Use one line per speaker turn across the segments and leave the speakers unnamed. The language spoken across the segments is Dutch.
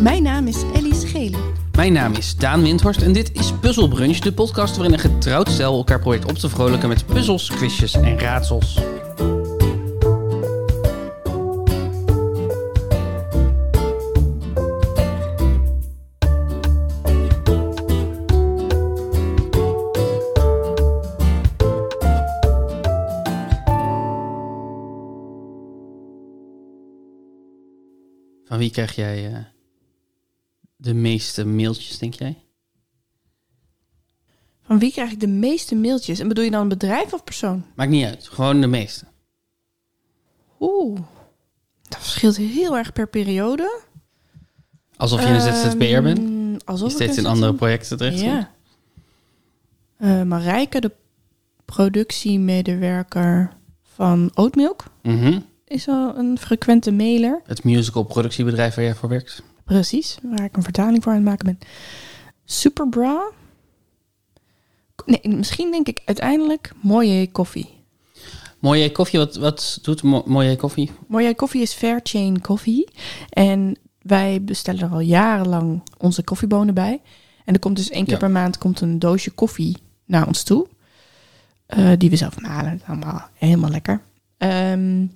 Mijn naam is Ellie Schelen.
Mijn naam is Daan Windhorst en dit is Puzzle Brunch, de podcast waarin een getrouwd stel elkaar probeert op te vrolijken met puzzels, quizjes en raadsels. Van wie krijg jij eh, de meeste mailtjes, denk jij?
Van wie krijg ik de meeste mailtjes? En bedoel je dan een bedrijf of persoon?
Maakt niet uit, gewoon de meeste.
Oeh, dat verschilt heel erg per periode.
Alsof je een ZZP'er bent,
Ehm, Alsof
die
ik
steeds
een
in andere
ZZP'er
projecten terecht
Ja. Eh Marijke, de productiemedewerker van Oatmilk, is al een frequente mailer.
Mhm. Het musical productiebedrijf waar jij voor werkt.
Precies, waar ik een vertaling voor aan het maken ben. Superbra. Nee, misschien denk ik uiteindelijk mooie koffie.
Mooie koffie, wat, wat doet Mo- mooie koffie?
Mooie koffie is Fairchain koffie. En wij bestellen er al jarenlang onze koffiebonen bij. En er komt dus één keer
Ja.
per maand komt een doosje koffie naar ons toe. Eh, die we zelf malen. Allemaal helemaal lekker. Ehm,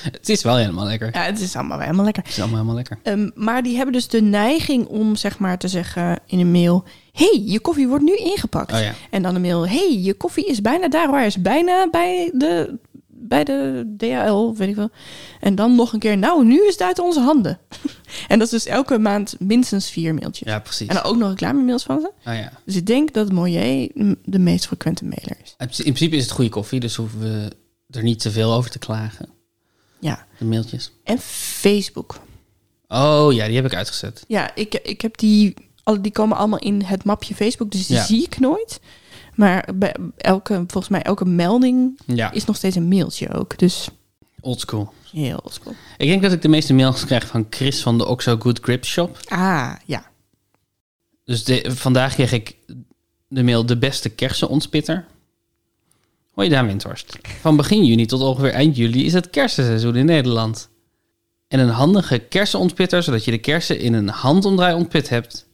Het is wel helemaal lekker.
ja, het is allemaal wel helemaal lekker.
Het is allemaal helemaal lekker.
Ehm, maar die hebben dus de neiging om zeg maar te zeggen in een mail: hey, je koffie wordt nu ingepakt.
Oh ja.
En dan een mail: hey, je koffie is bijna daar, waar is bijna bij de, bij de DHL, weet ik wel. En dan nog een keer: nou, nu is het uit onze handen. en dat is dus elke maand minstens vier mailtjes.
Ja, precies.
En dan ook nog reclame-mails van ze.
Oh ja.
Dus ik denk dat Moyer mm, de meest frequente mailer is.
In principe is het goede koffie, dus hoeven we er niet te veel over te klagen.
Ja.
De mailtjes.
En Facebook.
Oh ja, die heb ik uitgezet.
Ja, ik, ik heb die, alle, die komen allemaal in het mapje Facebook, dus die
Ja.
zie ik nooit. Maar bij elke, volgens mij elke melding
Ja,
is nog steeds een mailtje ook. Dus
oldschool.
heel oldschool.
Ik denk dat ik de meeste mails krijg van Chris van de Oxo Good Grip Shop.
Ah, ja.
Dus de- vandaag kreeg ik de mail de beste kersenontspitter. Hoi Daan Windhorst. Van begin juni tot ongeveer eind juli is het kersenseizoen in Nederland. En een handige kersenontpitter, zodat je de kersen in een handomdraai ontpit hebt,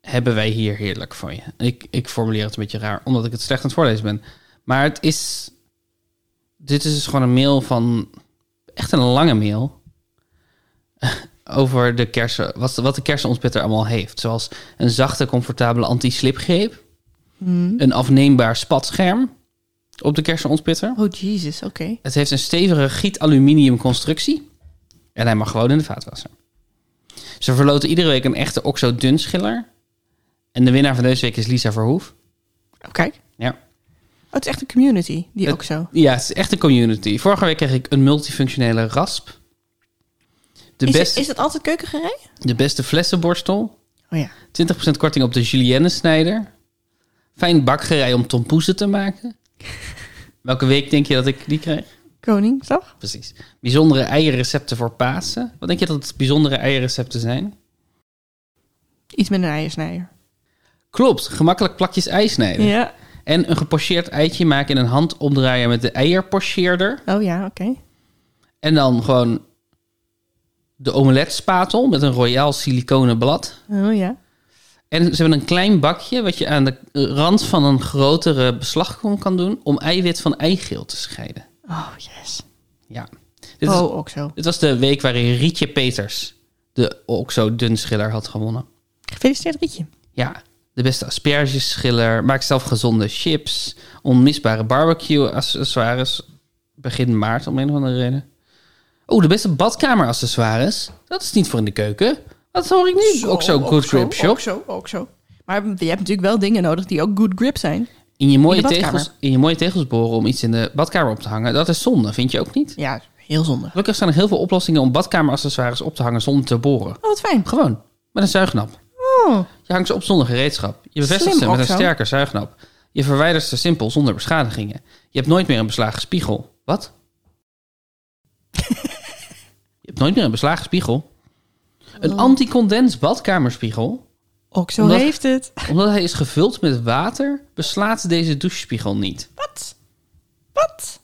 hebben wij hier heerlijk voor je. Ik, ik formuleer het een beetje raar, omdat ik het slecht aan het voorlezen ben. Maar het is... Dit is dus gewoon een mail van... Echt een lange mail over de kersen, wat, wat de kersenontpitter allemaal heeft. Zoals een zachte, comfortabele anti-slipgreep. Een afneembaar spatscherm op de kersenontpitter.
Oh, Jesus, oké.
Het heeft een stevige giet-aluminium constructie. En hij mag gewoon in de vaatwasser. Ze verloten iedere week een echte oxo-dunschiller. En de winnaar van deze week is Lisa Verhoef.
Oh, kijk.
Ja.
Oh, het is echt een community, die
Het-
ook zo.
ja, het is echt een community. Vorige week kreeg ik een multifunctionele rasp. De,
is,
beste,
is dat altijd keukengerei?
de beste flessenborstel.
Oh ja.
20% korting op de julienne snijder. Fijn bakgerij om tompoezen te maken. Welke week denk je dat ik die krijg?
Koning, toch?
Precies. Bijzondere eierrecepten voor Pasen. Wat denk je dat het bijzondere eierrecepten zijn?
Iets met een eiersnijer.
Klopt, gemakkelijk plakjes ei snijden.
Ja.
En een gepocheerd eitje maken in een handomdraaier met de eierpocheerder.
Oh ja, oké.
En dan gewoon de omeletspatel met een royaal siliconen blad.
Oh ja.
En ze hebben een klein bakje wat je aan de rand van een grotere beslagkom kan doen om eiwit van eigeel te scheiden.
Oh, yes.
Ja. Dit, is,
oh, ook zo.
dit was de week waarin Rietje Peters de Oxo Dunschiller had gewonnen.
Gefeliciteerd, Rietje.
Ja, de beste aspergeschiller, maak zelf gezonde chips, onmisbare barbecue accessoires begin maart om een of andere reden. Oh, de beste badkamer accessoires? Dat is niet voor in de keuken. Dat hoor ik nu. ook zo Good Grip Shop.
Ook zo, ook zo. Maar je hebt natuurlijk wel dingen nodig die ook good grip zijn.
In je, mooie
In de badkamer.
tegels, in je mooie tegels boren om iets in de badkamer op te hangen, dat is zonde, vind je ook niet?
Ja, heel zonde. Oh,
Gelukkig zijn er heel veel oplossingen om badkameraccessoires op te hangen zonder te boren.
Oh, wat fijn.
Gewoon, met een zuignap.
Oh,
Je hangt ze op zonder gereedschap. Je bevestigt
Slim
ze met een
ook zo.
sterke zuignap. Je verwijdert ze simpel zonder beschadigingen. Je hebt nooit meer een beslagen spiegel. Wat? je hebt nooit meer een beslagen spiegel.
Oh.
Een anticondens badkamerspiegel
ook zo
Omdat-
heeft het.
omdat hij is gevuld met water, beslaat deze douchespiegel niet.
Wat? Wat?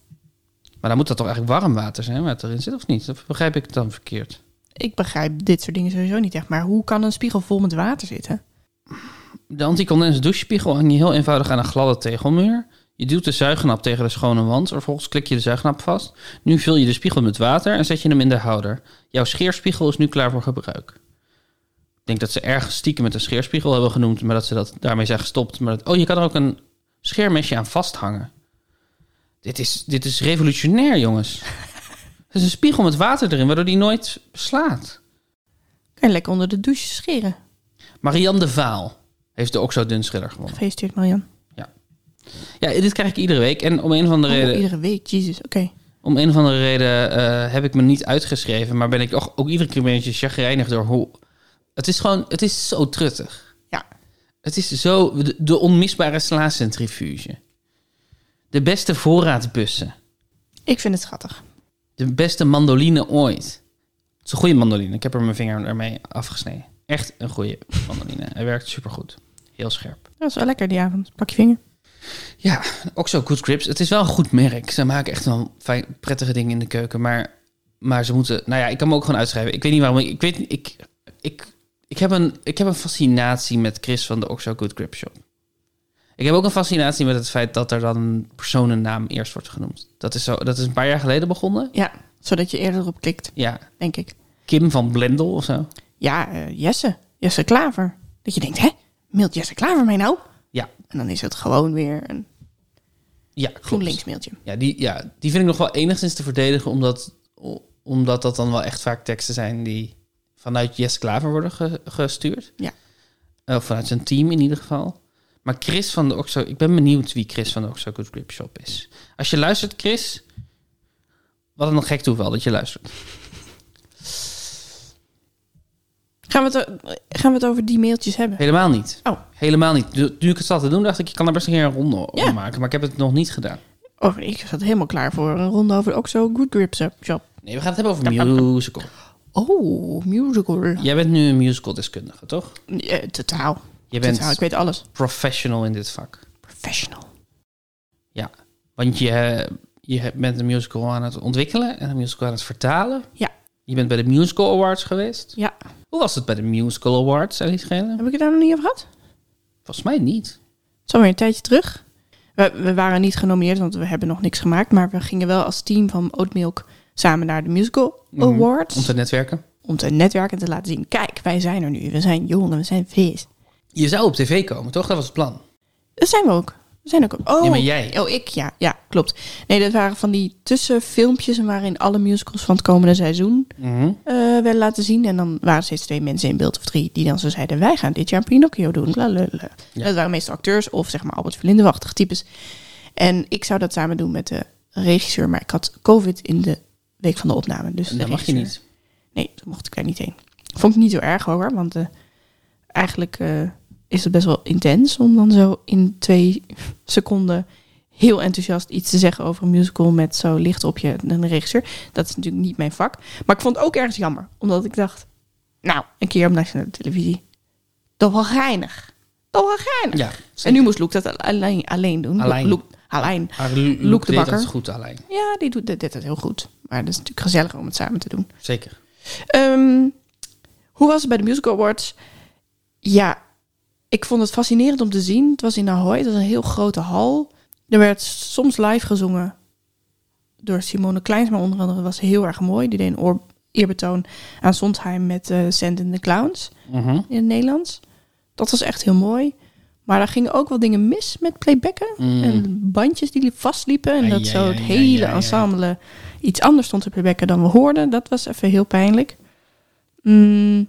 Maar dan moet dat toch eigenlijk warm water zijn waar het erin zit, of niet? Of begrijp ik het dan verkeerd?
ik begrijp dit soort dingen sowieso niet echt. Maar hoe kan een spiegel vol met water zitten?
De anticondens douchespiegel hang je heel eenvoudig aan een gladde tegelmuur. Je duwt de zuignap tegen de schone wand, vervolgens klik je de zuignap vast. Nu vul je de spiegel met water en zet je hem in de houder. Jouw scheerspiegel is nu klaar voor gebruik. Ik denk dat ze ergens stiekem met een scheerspiegel hebben genoemd, maar dat ze dat daarmee zijn gestopt. Maar dat- oh, je kan er ook een scheermesje aan vasthangen. Dit is, dit is revolutionair, jongens. Het is een spiegel met water erin, waardoor die nooit slaat.
Kan je lekker onder de douche scheren.
Marianne de Vaal heeft de Oxo Dunschiller gewonnen.
Gefeliciteerd, Marian.
Ja, dit krijg ik iedere week. En om een of andere reden,
iedere week, jezus. Oké.
om een of andere reden eh, heb ik me niet uitgeschreven. Maar ben ik ook, ook iedere keer een beetje chagrijnig door hoe... Het is gewoon... Het is zo truttig.
Ja.
Het is zo... De, de onmisbare slaacentrifuge. De beste voorraadbussen.
Ik vind het schattig.
De beste mandoline ooit. Het is een goede mandoline. Ik heb er mijn vinger ermee afgesneden. Echt een goede mandoline. Hij werkt supergoed. Heel scherp.
Dat is wel lekker die avond. Pak je vinger.
Ja, ook zo Good Grips. Het is wel een goed merk. Ze maken echt wel fijn, prettige dingen in de keuken. Maar, maar ze moeten... Nou ja, ik kan me ook gewoon uitschrijven. Ik weet niet waarom. Ik, ik weet niet- ik, ik, ik, heb een, ik heb een fascinatie met Chris van de Oxo Good Grip Shop. Ik heb ook een fascinatie met het feit dat er dan een personennaam eerst wordt genoemd. Dat is, zo, dat is een paar jaar geleden begonnen.
Ja, zodat je eerder op klikt,
Ja,
denk ik.
Kim van Blendel of zo.
Ja, eh, Jesse. Jesse Klaver. Dat je denkt, hè? Mailt Jesse Klaver mij nou?
Ja.
En dan is het gewoon weer een
Ja, klopt.
GroenLinks mailtje.
Ja die, ja, die vind ik nog wel enigszins te verdedigen, omdat, o- omdat dat dan wel echt vaak teksten zijn die vanuit Jess Klaver worden ge- gestuurd. Eh,
Ja.
Of vanuit zijn team in ieder geval. Maar Chris van de Oxo, ik ben benieuwd wie Chris van de Oxo Good Grip Shop is. Als je luistert, Chris, wat een gek toeval dat je luistert.
Gaan we, het, eh, gaan we het over die mailtjes hebben?
Helemaal niet.
Oh.
Helemaal niet. Nu nu ik het zat te doen, dacht ik, ik kan er best een keer een ronde om
Ja.
maken, maar ik heb het nog niet gedaan.
Oh, ik zat helemaal klaar voor een ronde over de Oxo Good Grips Shop.
Nee, we gaan het hebben over musical.
Oh, musical.
Jij bent nu een musical deskundige, toch?
Eh, totaal.
Je bent
Totaal. Ik weet alles.
professional in dit vak.
Professional.
Want je, je bent een musical aan het ontwikkelen en een musical aan het vertalen.
Ja.
Je bent bij de Musical Awards geweest.
Ja.
Hoe was het bij de Musical Awards, Alice Gele?
Heb ik het daar nog niet over gehad?
Volgens mij niet.
Het is alweer een tijdje terug. We, we waren niet genomineerd, want we hebben nog niks gemaakt. Maar we gingen wel als team van Oatmilk samen naar de Musical
Mhm.
Awards.
Om te netwerken.
Om te netwerken en te laten zien, kijk, wij zijn er nu. We zijn jong en we zijn vis.
Je zou op tv komen, toch? Dat was het plan.
Dat zijn we ook. We zijn ook... Oh,
Nee, maar jij.
Oh, ik, ja. Ja, klopt. Nee, dat waren van die tussenfilmpjes waarin alle musicals van het komende seizoen
Mhm.
eh, werden laten zien. En dan waren er steeds twee mensen in beeld of drie die dan zo zeiden, wij gaan dit jaar Pinocchio doen. Bla, bla, bla.
Ja.
Dat waren meestal acteurs of zeg maar Albert Verlindewachtig types. En ik zou dat samen doen met de regisseur, maar ik had covid in de week van de opname. Dus
En
de
dat mag je
regisseur-
niet.
Nee, toen mocht ik daar niet heen. Vond ik niet zo erg hoor, want eh, eigenlijk eh, is het best wel intens om dan zo in twee seconden heel enthousiast iets te zeggen over een musical met zo licht op je een regisseur. Dat is natuurlijk niet mijn vak. Maar ik vond het ook ergens jammer, omdat ik dacht, nou, een keer op nationale televisie, toch wel geinig. Toch wel geinig.
Ja.
en nu moest Loek dat alleen, alleen doen.
Alleen.
Loek, alleen.
Maar Lu- Luc
Loek de
deed
Bakker.
dat goed alleen.
Ja, die doet, deed dat heel goed. Maar dat is natuurlijk gezelliger om het samen te doen.
Zeker.
Ehm, hoe was het bij de Musical Awards? Ja, ik vond het fascinerend om te zien. Het was in Ahoy, het was een heel grote hal. Er werd soms live gezongen door Simone Kleins, maar onder andere was heel erg mooi. Die deed een oor- eerbetoon aan Sondheim met eh Send in the Clowns
Mhm.
in het Nederlands. Dat was echt heel mooi. Maar daar gingen ook wel dingen mis met playbacken.
Mm.
En bandjes die li- vastliepen. En
Ai,
dat
ai,
zo het
ai,
hele
ai, ai, ai.
ensemble iets anders stond te playbacken dan we hoorden. Dat was even heel pijnlijk. Mm.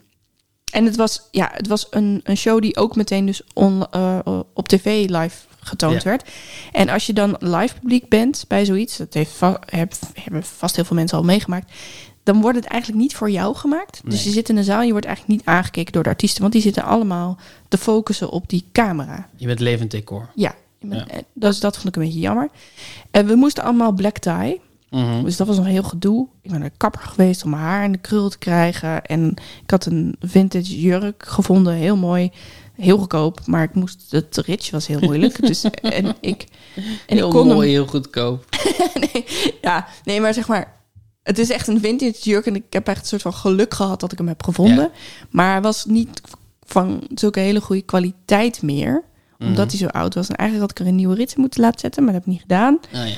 En het was, ja, het was een, een show die ook meteen dus on, eh, op tv live getoond
Ja.
werd. En als je dan live publiek bent bij zoiets, dat heeft va- heb- hebben vast heel veel mensen al meegemaakt, dan wordt het eigenlijk niet voor jou gemaakt. Dus
Nee.
je zit in een zaal en je wordt eigenlijk niet aangekeken door de artiesten, want die zitten allemaal te focussen op die camera.
Je bent levend decor.
Ja,
Ja.
eh, dat, is- dat vond ik een beetje jammer. En we moesten allemaal black tie.
Mhm.
Dus dat was nog heel gedoe. Ik ben naar de kapper geweest om mijn haar in de krul te krijgen. En ik had een vintage jurk gevonden. Heel mooi. Heel goedkoop. Maar ik moest, het ritje was heel moeilijk. dus, en ik, en
heel
ik kon
mooi,
hem...
heel goedkoop.
Ja, nee, maar zeg maar... Het is echt een vintage jurk en ik heb echt een soort van geluk gehad dat ik hem heb gevonden. Maar hij was niet van zulke hele goede kwaliteit meer, omdat hij zo oud was. En eigenlijk had ik er een nieuwe rits in moeten laten zetten, maar dat heb ik niet gedaan.
Ah, ja.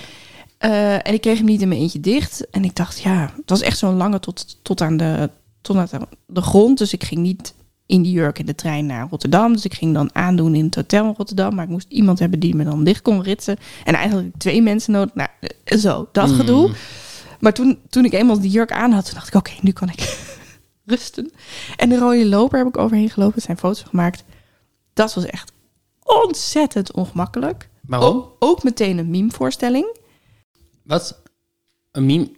Eh, en ik kreeg hem niet in mijn eentje dicht. En ik dacht, ja, het was echt zo'n lange tot, tot, aan de, tot aan de- de grond. Dus ik ging niet in die jurk in de trein naar Rotterdam. Dus ik ging dan aandoen in het hotel in Rotterdam. Maar ik moest iemand hebben die me dan dicht kon ritsen. En eigenlijk had ik twee mensen nodig. Nou, eh, zo, dat
Mm.
gedoe. Maar toen, toen ik eenmaal die jurk aan had, toen dacht ik, oké, nu kan ik rusten. En de rode loper heb ik overheen gelopen. Er zijn foto's gemaakt. Dat was echt ontzettend ongemakkelijk.
Waarom?
Ook, ook meteen een meme-voorstelling.
Wat? Een meme?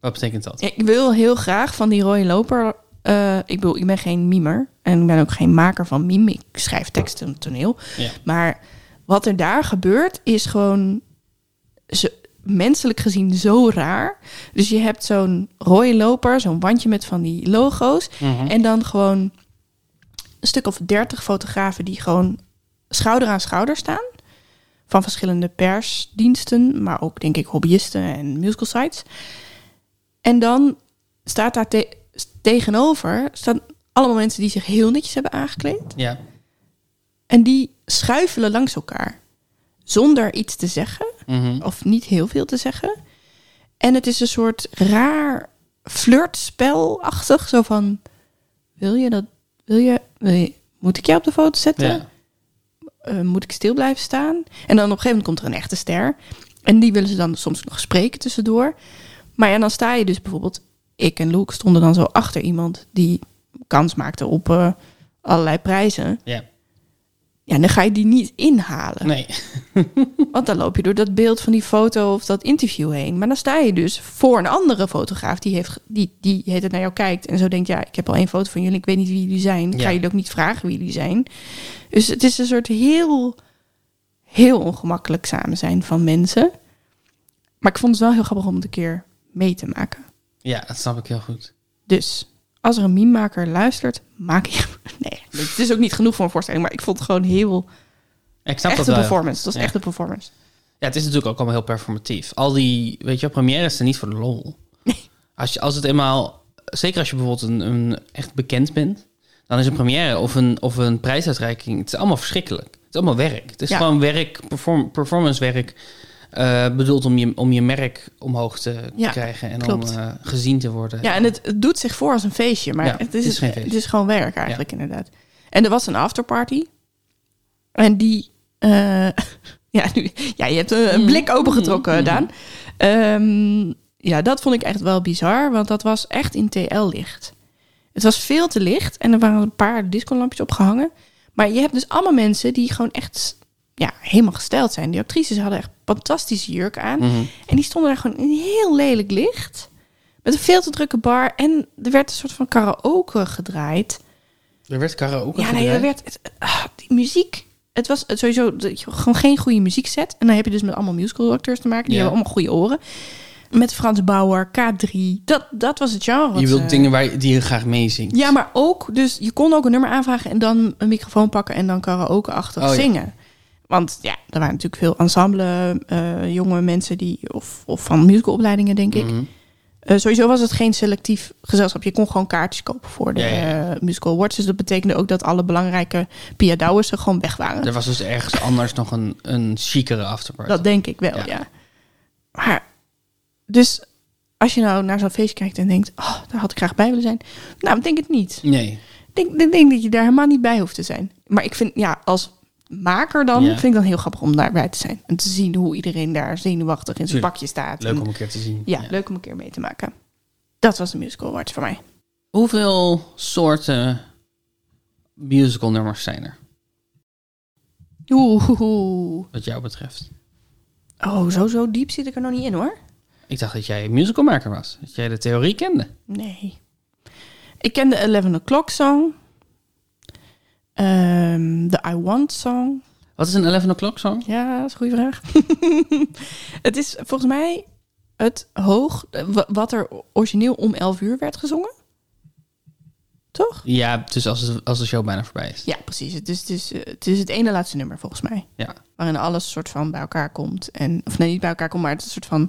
Wat betekent dat?
Ik wil heel graag van die rode loper. eh, ik bedoel, ik ben geen mimer en ik ben ook geen maker van mime. Ik schrijf teksten en toneel.
Ja.
Maar wat er daar gebeurt is gewoon zo- menselijk gezien zo raar. Dus je hebt zo'n rode loper, zo'n wandje met van die logo's.
Mhm.
En dan gewoon een stuk of dertig fotografen die gewoon schouder aan schouder staan. Van verschillende persdiensten, maar ook denk ik hobbyisten en musical sites. En dan staat daar te- tegenover staan allemaal mensen die zich heel netjes hebben aangekleed.
Ja.
En die schuifelen langs elkaar. Zonder iets te zeggen.
Mhm.
Of niet heel veel te zeggen. En het is een soort raar flirtspelachtig. Zo van, wil je dat? Wil je, wil je- moet ik jou op de foto zetten?
ja.
Eh, moet ik stil blijven staan? En dan op een gegeven moment komt er een echte ster. En die willen ze dan soms nog spreken tussendoor. Maar ja, dan sta je dus bijvoorbeeld... Ik en Luke stonden dan zo achter iemand die kans maakte op eh, allerlei prijzen.
Ja.
Ja, dan ga je die niet inhalen.
Nee.
Want dan loop je door dat beeld van die foto of dat interview heen. Maar dan sta je dus voor een andere fotograaf die, heeft, ge- die, die heet het naar jou kijkt. En zo denkt, ja, ik heb al één foto van jullie. Ik weet niet wie jullie zijn. Ik
Ja.
ga jullie ook niet vragen wie jullie zijn. Dus het is een soort heel, heel ongemakkelijk samen zijn van mensen. Maar ik vond het wel heel grappig om het een keer mee te maken.
Ja, dat snap ik heel goed.
Dus als er een meme-maker luistert, maak je... Nee, het is ook niet genoeg voor een voorstelling. Maar ik vond het gewoon heel...
Ik snap
Echt
dat
een
wel.
performance. Het was
Ja.
echt een performance.
Ja, het is natuurlijk ook allemaal heel performatief. Al die, weet je, wel, premières zijn niet voor de lol. Als, je, als het eenmaal, zeker als je bijvoorbeeld een, een echt bekend bent, dan is een première of een, of een prijsuitreiking, het is allemaal verschrikkelijk. Het is allemaal werk. Het is
Ja.
gewoon werk, perform, performance werk, eh, bedoeld om je, om je merk omhoog te
Ja,
krijgen en
klopt.
om eh, gezien te worden.
Ja, en het, het doet zich voor als een feestje, maar
Ja,
het, is,
het is geen feestje.
het is gewoon werk eigenlijk, inderdaad. En er was een afterparty. En die. eh, ja, nu, ja, je hebt een, een blik opengetrokken, Daan. Ehm, ja, dat vond ik echt wel bizar, want dat was echt in TL-licht. Het was veel te licht en er waren een paar discolampjes opgehangen. Maar je hebt dus allemaal mensen die gewoon echt ja, helemaal gesteld zijn. Die actrices hadden echt fantastische jurken aan.
Mhm.
En die stonden daar gewoon in heel lelijk licht. Met een veel te drukke bar. En er werd een soort van karaoke gedraaid.
Er werd karaoke
ja, nee, er werd... Het, ah, die muziek... Het was sowieso de- gewoon geen goede muziekset. En dan heb je dus met allemaal musical acteurs te maken. Die
Ja.
hebben allemaal goede oren. Met Frans Bauer, K3. Dat, dat was het genre. wat eh,
Je wilt
ze-
dingen waar je, die je graag meezingt.
Ja, maar ook... Dus je kon ook een nummer aanvragen en dan een microfoon pakken... en dan karaoke-achtig
Oh, ja.
zingen. Want ja, er waren natuurlijk veel ensemble eh, jonge mensen... die of, of van musicalopleidingen, denk ik.
Mhm.
Eh, sowieso was het geen selectief gezelschap. Je kon gewoon kaartjes kopen voor de
Ja, ja,
eh, musical awards. Dus dat betekende ook dat alle belangrijke Pia Douwers er gewoon weg waren.
Er was dus ergens anders nog een, een chicere afterparty.
Dat denk ik wel,
Ja.
ja. Maar, dus als je nou naar zo'n feest kijkt en denkt... Oh, daar had ik graag bij willen zijn. Nou, ik denk het niet.
Nee.
Ik denk, ik denk dat je daar helemaal niet bij hoeft te zijn. Maar ik vind, ja, als maker dan...
Ja.
vind ik dan heel grappig om daarbij te zijn. En te zien hoe iedereen daar zenuwachtig in zijn
Tuurlijk.
pakje staat.
Leuk
En-
om een keer te zien.
ja, leuk om een keer mee te maken. Dat was de musical awards voor mij.
Hoeveel soorten musical nummers zijn er,
Oeh, oeh, oeh.
wat jou betreft?
Oh, zo, zo diep zit ik er nog niet in hoor.
Ik dacht dat jij musicalmaker was. Dat jij de theorie kende.
Nee. Ik ken de 11 o'clock song. Ehm, de I want song.
Wat is een 11 o'clock song?
Ja, dat is een goede vraag. het is volgens mij het hoog, eh, wa- wat er origineel om 11 uur werd gezongen. Toch?
Ja, dus als, het- als de show bijna voorbij is.
Ja, precies. Het is, het, is, eh, het is het ene laatste nummer volgens mij.
Ja.
Waarin alles soort van bij elkaar komt. En, of nee, niet bij elkaar komt, maar het is een soort van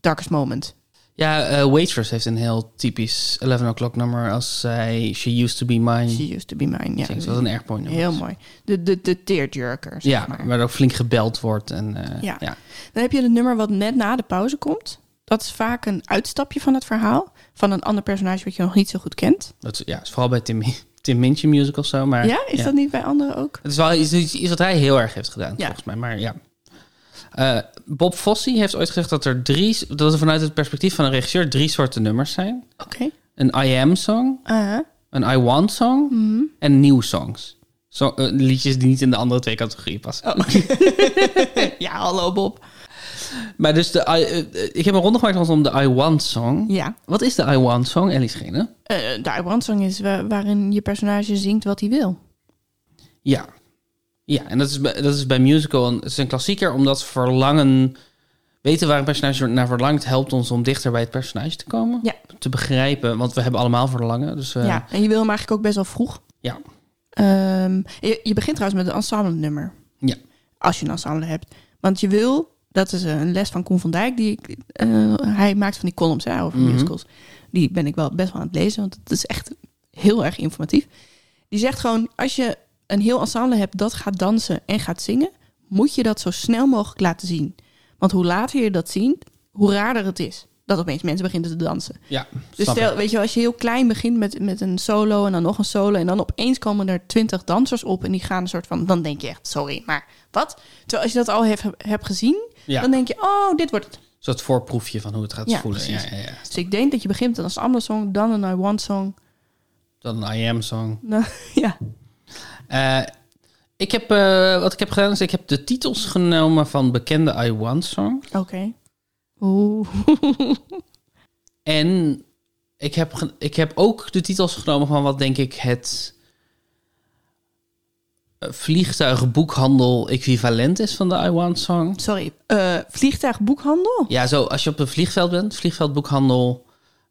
darkest moment.
Ja, eh, Waitress heeft een heel typisch 11 o'clock nummer als zij She Used To Be Mine.
She used to be mine. Ja,
zingt. Wat een airpoint nummer.
heel
is.
mooi. De, de, de tearjerker, zeg
Ja,
maar.
waar ook flink gebeld wordt. En, eh,
Ja.
ja.
Dan heb je het nummer wat net na de pauze komt. Dat is vaak een uitstapje van het verhaal. Van een ander personage wat je nog niet zo goed kent.
Dat is, ja, is vooral bij Tim, Tim Minchin musicals zo. Maar,
ja, is dat niet bij anderen ook?
Het is wel iets, iets- iets wat hij heel erg heeft gedaan,
Ja.
volgens mij. Maar ja. Eh, Bob Fosse heeft ooit gezegd dat er drie, dat er vanuit het perspectief van een regisseur drie soorten nummers zijn:
Oké.
een I am song,
Ah,
een I want song
mhm.
en new songs. Zo- eh, liedjes die niet in de andere twee categorieën passen.
Oh. ja, hallo Bob.
Maar dus de, I- eh, eh, ik heb een ronde gemaakt rondom de I want song.
Ja.
Wat is de I want song, Ellie Schenen?
Eh, de I Want Song is wa- waarin je personage zingt wat hij wil.
Ja. Ja, en dat is bij, dat is bij musical een, het is een klassieker, omdat verlangen... Weten waar een personage naar verlangt, helpt ons om dichter bij het personage te komen.
Ja.
Te begrijpen, want we hebben allemaal verlangen. Dus eh,
Ja, en je wil hem eigenlijk ook best wel vroeg.
Ja.
Ehm, je, je begint trouwens met een ensemble nummer.
Ja.
Als je een ensemble hebt. Want je wil, dat is een les van Koen van Dijk, die, ik, eh, hij maakt van die columns hè, over
Mhm.
musicals. Die ben ik wel best wel aan het lezen, want het is echt heel erg informatief. Die zegt gewoon, als je een heel ensemble hebt dat gaat dansen en gaat zingen, moet je dat zo snel mogelijk laten zien. Want hoe later je dat ziet, hoe raarder het is. Dat opeens mensen beginnen te dansen.
ja
Dus
snap ik.
stel, weet je, wel, als je heel klein begint met, met een solo en dan nog een solo. En dan opeens komen er twintig dansers op en die gaan een soort van. Dan denk je echt, sorry, maar wat? Terwijl als je dat al hebt hebt gezien,
Ja,
dan denk je, oh, dit wordt het.
een soort voorproefje van hoe het gaat
Ja,
voelen. Ja,
precies.
ja, ja.
Dus ik denk dat je begint met een ensemble song, dan een I Want song.
Dan een I am song.
Nou, ja.
Eh, ik heb, eh, wat ik heb gedaan is, ik heb de titels genomen van bekende I want song.
Oké. Oeh.
En ik heb, ge- ik heb ook de titels genomen van wat denk ik het eh, vliegtuigboekhandel equivalent is van de I Want Song.
Sorry. Eh vliegtuigboekhandel?
Ja, zo als je op een vliegveld bent, vliegveldboekhandel,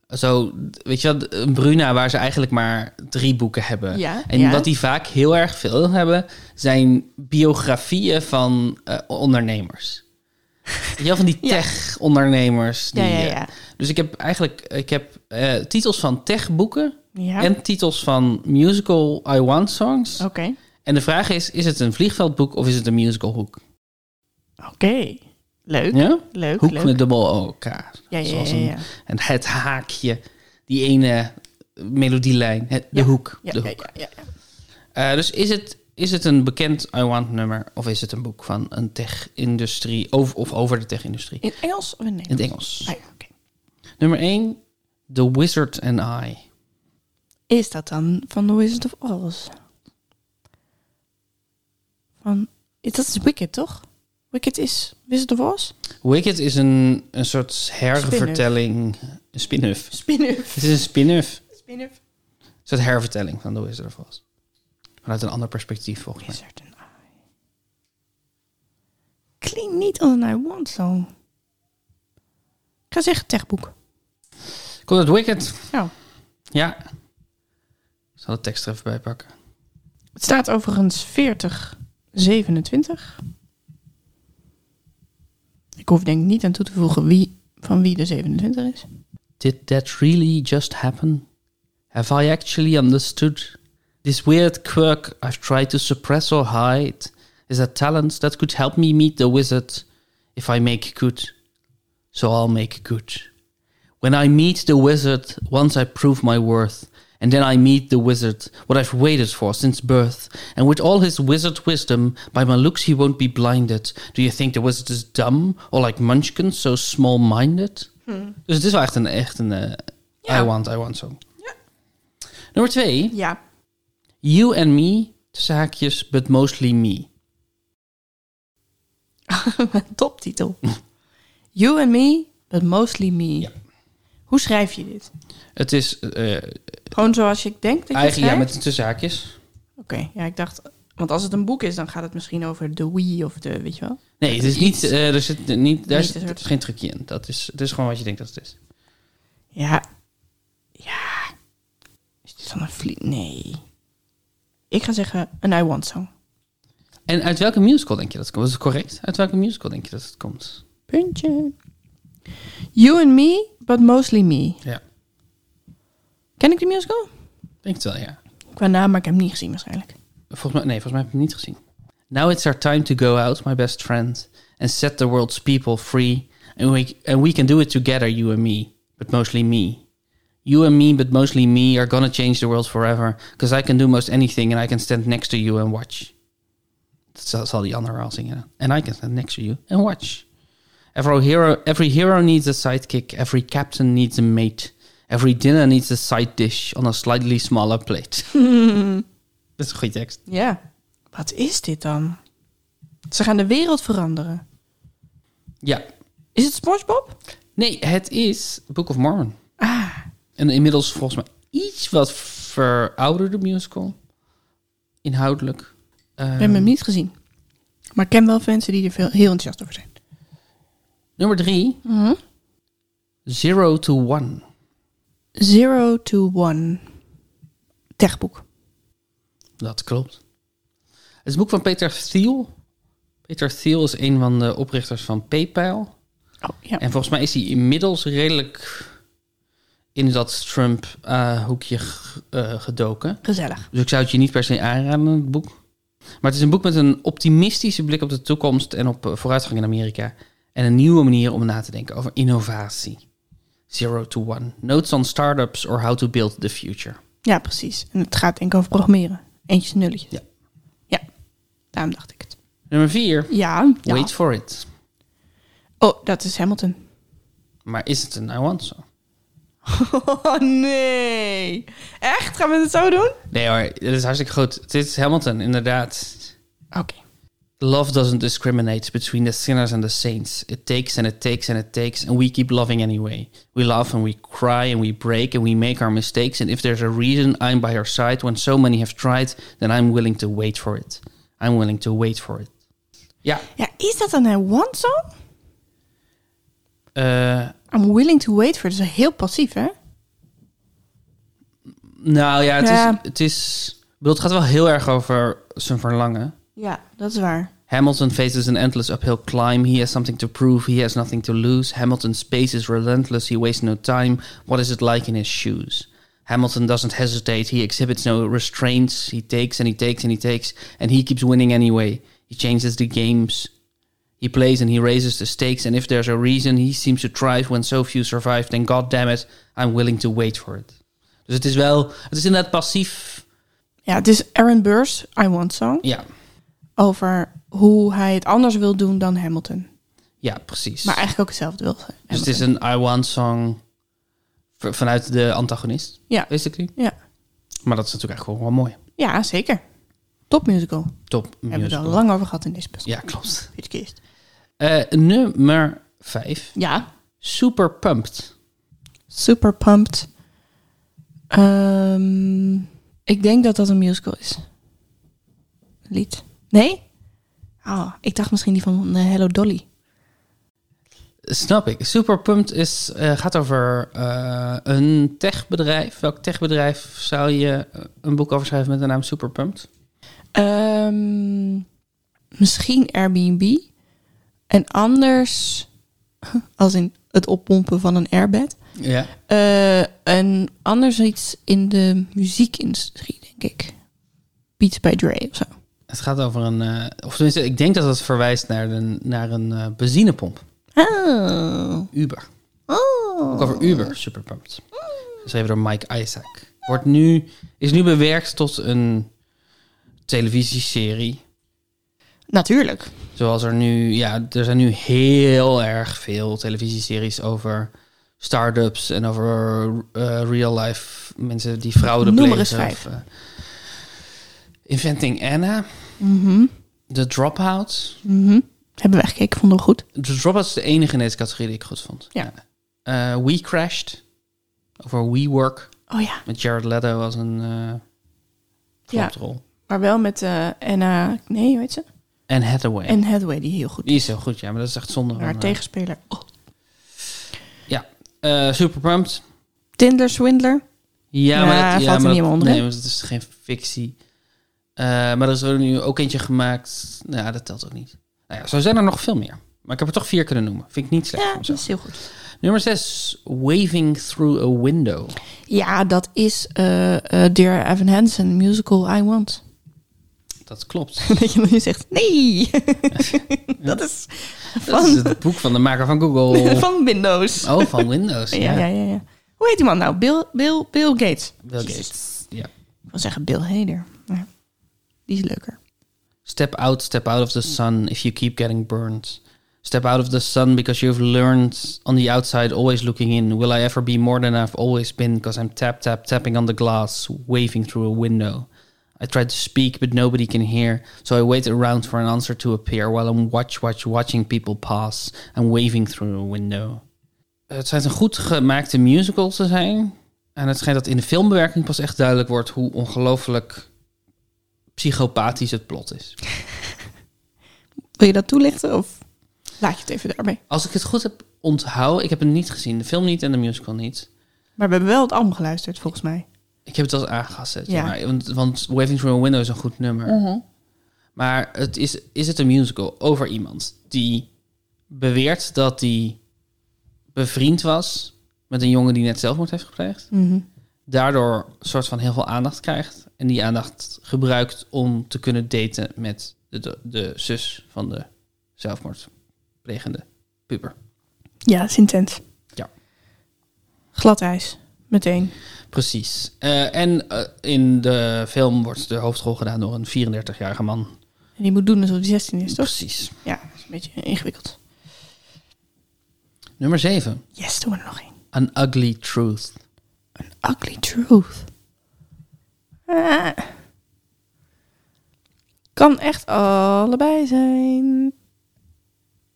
zo, weet je wat, een Bruna waar ze eigenlijk maar drie boeken hebben.
Ja,
en
ja.
wat die vaak heel erg veel hebben, zijn biografieën van eh, ondernemers. Weet je wel, van die
Ja.
tech-ondernemers.
Ja,
die,
ja,
eh,
ja.
Dus ik heb eigenlijk ik heb, eh, titels van techboeken
Ja.
eh,
Oh.
en titels van musical I Want songs.
Oké.
En de vraag is, is het een vliegveldboek of is het een musicalhoek?
Oké. Leuk.
Ja?
Leuk.
Hoek
leuk.
met dubbel OK.
ja, ja,
Zoals
ja, ja.
een, en het haakje, die ene melodielijn, het- de
Ja.
hoek.
Ja,
de
ja,
hoek.
ja, ja, ja.
Eh, dus is het, is het een bekend I Want nummer of is het een boek van een tech-industrie of, of over de tech-industrie?
In Engels of in Nederlands?
In het Engels.
Ah, ja, oké.
Nummer 1, The Wizard and I.
Is dat dan van The Wizard of Oz? Van, is- dat is Wicked, toch? Wicked is Wizard of Oz?
Wicked is een, een soort hervertelling. Een spin-off.
Spin-off.
Het is een spin-off.
Spin-off.
Een soort hervertelling van The Wizard of Oz. Vanuit een ander perspectief, volgens mij.
Wizard and I. Klinkt niet als een I Want Song. Ik ga zeggen techboek.
Komt uit Wicked?
Nou,
Ja. Ik zal de tekst er even bij pakken.
het staat overigens 40, 27. Ik hoef denk ik niet aan toe te voegen wie, van wie de 27 is.
Did that really just happen? Have I actually understood? This weird quirk I've tried to suppress or hide is a talent that could help me meet the wizard if I make good. So I'll make good. When I meet the wizard, once I prove my worth, and then I meet the wizard, what I've waited for since birth, and with all his wizard wisdom, by my looks he won't be blinded. Do you think the wizard is dumb, or like Munchkin, so small-minded? Dus het is wel echt een, echt een eh,
Ja.
I want, I want song. Nummer twee,
Ja,
You and Me, tussen haakjes, but mostly me.
Toptitel. You and me, but mostly me.
Ja.
Hoe schrijf je dit?
Het is eh,
Gewoon zoals ik denk dat je het
eigenlijk ja,
schrijft?
met tussen haakjes.
Oké, ja, ik dacht... Want als het een boek is, dan gaat het misschien over de we of de... Weet je wel?
Nee, het is niet, eh, er zit niet, daar
Niet
zit
een soort-
geen trucje in. Dat is, het is gewoon wat je denkt dat het is.
Ja. Ja. Is dit dan een vlieg? Nee. Ik ga zeggen een I Want Song.
En uit welke musical denk je dat het komt? Is het correct? Uit welke musical denk je dat het komt?
Puntje. You and Me, but Mostly Me.
Ja,
Ken ik die musical?
denk het wel, ja.
Qua naam, maar ik heb hem niet gezien waarschijnlijk.
Volgens mij, nee, volgens mij heb ik hem niet gezien. Now it's our time to go out, my best friend, and set the world's people free. And we, and we can do it together, you and me, but mostly me. You and me, but mostly me, are gonna change the world forever. Because I can do most anything and I can stand next to you and watch. Dat zal, zal die andere al zingen. And I can stand next to you and watch. Every hero, every hero needs a sidekick. Every captain needs a mate. Every dinner needs a side dish on a slightly smaller plate. Dat is een goede tekst.
Ja. Wat is dit dan? Ze gaan de wereld veranderen.
Ja.
Is het SpongeBob?
Nee, het is Book of Mormon. Een inmiddels volgens mij iets wat verouderde musical. Inhoudelijk.
Ik
Eh,
heb hem niet gezien. Maar ik ken wel mensen die er veel, heel enthousiast over zijn.
nummer drie. Zero to One.
Zero to One. Techboek.
Dat klopt. Het is een boek van Peter Thiel. Peter Thiel is een van de oprichters van PayPal.
Oh, ja.
En volgens mij is hij inmiddels redelijk in dat eh, Trump-hoekje eh, gedoken.
Gezellig.
Dus ik zou het je niet per se aanraden, het boek. Maar het is een boek met een optimistische blik op de toekomst en op eh, vooruitgang in Amerika. En een nieuwe manier om na te denken over innovatie. Zero to one. Notes on startups or how to build the future.
Ja, precies. En het gaat denk ik over programmeren. Eentjes en nulletjes.
Ja.
Ja. Daarom dacht ik het.
Nummer vier.
Ja. ja.
Wait for it.
Oh, dat is Hamilton.
Maar is het een I want so?
Oh, nee. Echt? Gaan we het zo doen?
Nee hoor, dit is hartstikke goed. Het is Hamilton, inderdaad.
Oké.
Love doesn't discriminate between the sinners and the saints. It takes and it takes and it takes, and we keep loving anyway. We laugh and we cry and we break and we make our mistakes. And if there's a reason I'm by your side when so many have tried, then I'm willing to wait for it. I'm willing to wait for it. Ja,
Ja, is dat dan een want song?
eh,
I'm willing to wait for. Dat is heel passief, hè?
nou ja, het,
Ja.
Is, het is. Ik bedoel, het gaat wel heel erg over zijn verlangen.
Ja, dat is waar.
Hamilton faces an endless uphill climb. He has something to prove. He has nothing to lose. Hamilton's pace is relentless. He wastes no time. What is it like in his shoes? Hamilton doesn't hesitate. He exhibits no restraints. He takes and he takes and he takes, and he keeps winning anyway. He changes the games. He plays and he raises the stakes, and if there's a reason he seems to thrive when so few survive, then god damn it, I'm willing to wait for it. Dus het is wel, het is inderdaad passief.
Ja, het is Aaron Burr's I Want Song.
Ja,
Over hoe hij het anders wil doen dan Hamilton.
ja, precies.
Maar eigenlijk ook hetzelfde wil. zijn.
Dus het is een I Want song v- vanuit de antagonist,
Ja.
basically.
Ja.
Maar dat is natuurlijk eigenlijk gewoon wel mooi.
ja, zeker. Top musical.
Top
Hebben we het al
musical.
lang over gehad in deze podcast.
Ja, klopt.
Vind ik eerst.
Eh, nummer 5.
Ja.
Super Pumped.
Super pumped. Ehm, ik denk dat dat een musical is. Een lied. Nee? Oh, ik dacht misschien die van eh, Hello Dolly.
Snap ik. Super Pumped is, eh, gaat over eh, een techbedrijf. Welk techbedrijf zou je eh, een boek over schrijven met de naam Super Pumped?
Ehm, misschien Airbnb. En anders, als in het oppompen van een airbed.
Ja.
Eh, en anders iets in de muziekindustrie, denk ik. Beats by Dre of zo.
Het gaat over een... eh, of tenminste, ik denk dat het verwijst naar een, naar een eh, benzinepomp.
Oh.
Uber.
Oh. Mm.
Ook over Uber, super pumped. Geschreven door Mike Isaac. Wordt nu, is nu bewerkt tot een televisieserie.
Natuurlijk.
Zoals er nu, ja, er zijn nu heel erg veel televisieseries over start-ups en over eh, real-life mensen die fraude
Noem
plegen.
er eens
of, eh, Inventing Anna,
Mhm.
The Dropout.
Mhm. Hebben we gekeken, vonden we goed.
The Dropout is de enige in deze categorie die ik goed vond.
Ja.
Eh, We Crashed, over WeWork.
Oh ja.
Met Jared Leto als een eh hoofdrol.
Maar wel met eh Anna, nee, hoe heet ze?
En Hathaway.
En Hathaway, die heel goed
Die is heel goed, ja. Maar dat is echt zonde.
Haar
van, eh,
tegenspeler. Oh.
eh, super pumped.
Tinder Swindler.
Ja,
Ja,
maar dat,
valt er
ja, maar
niet
dat-
helemaal onder,
Nee,
hè?
want het is geen fictie. Eh, maar er is er nu ook eentje gemaakt. Nou, ja, dat telt ook niet. Nou ja, zo zijn er nog veel meer. Maar ik heb er toch vier kunnen noemen. Vind ik niet slecht.
Ja, dus-
om
dat
zo.
is heel goed.
Nummer zes, Waving Through a Window.
Ja, dat is eh, eh, Dear Evan Hansen, musical I Want.
Dat klopt.
dat je dan nu zegt, nee, dat is
Dat
van,
is het boek van de maker van Google.
van Windows.
Oh, van Windows.
ja, ja, ja, ja. Hoe heet die man nou? Bill, Bill, Bill Gates.
Bill
Jezus.
Gates. Ja.
Ik wil zeggen Bill Hader. maar die is leuker.
Step out, step out of the sun if you keep getting burned. Step out of the sun because you've learned on the outside, always looking in. Will I ever be more than I've always been? Because I'm tap, tap, tapping on the glass, waving through a window. I try to speak, but nobody can hear. So I wait around for an answer to appear while I'm watch, watch, watching people pass and waving through a window. Eh, Het schijnt een goed gemaakte musical te zijn. En het schijnt dat in de filmbewerking pas echt duidelijk wordt hoe ongelooflijk psychopathisch het plot is.
Wil je dat toelichten of laat je het even daarbij?
Als ik het goed heb onthouden, ik heb het niet gezien. De film niet en de musical niet.
Maar we hebben wel het album geluisterd, volgens mij.
Ik heb het als aangezet.
Ja.
Maar, want, want Waving Through a Window is een goed nummer. Maar het is, is het een musical over iemand die beweert dat hij bevriend was met een jongen die net zelfmoord heeft gepleegd. Daardoor een soort van heel veel aandacht krijgt. En die aandacht gebruikt om te kunnen daten met de, de, de zus van de zelfmoordplegende puber.
Ja, dat is intens.
Ja.
Glad ijs, meteen.
Precies. Eh, en eh, in de film wordt de hoofdrol gedaan door een 34-jarige man.
En die moet doen alsof hij 16 is, toch?
Precies.
Ja, dat is een beetje ingewikkeld.
Nummer 7.
Yes, doen we er nog één.
An Ugly Truth.
Ugly Truth. Ah. Kan echt allebei zijn.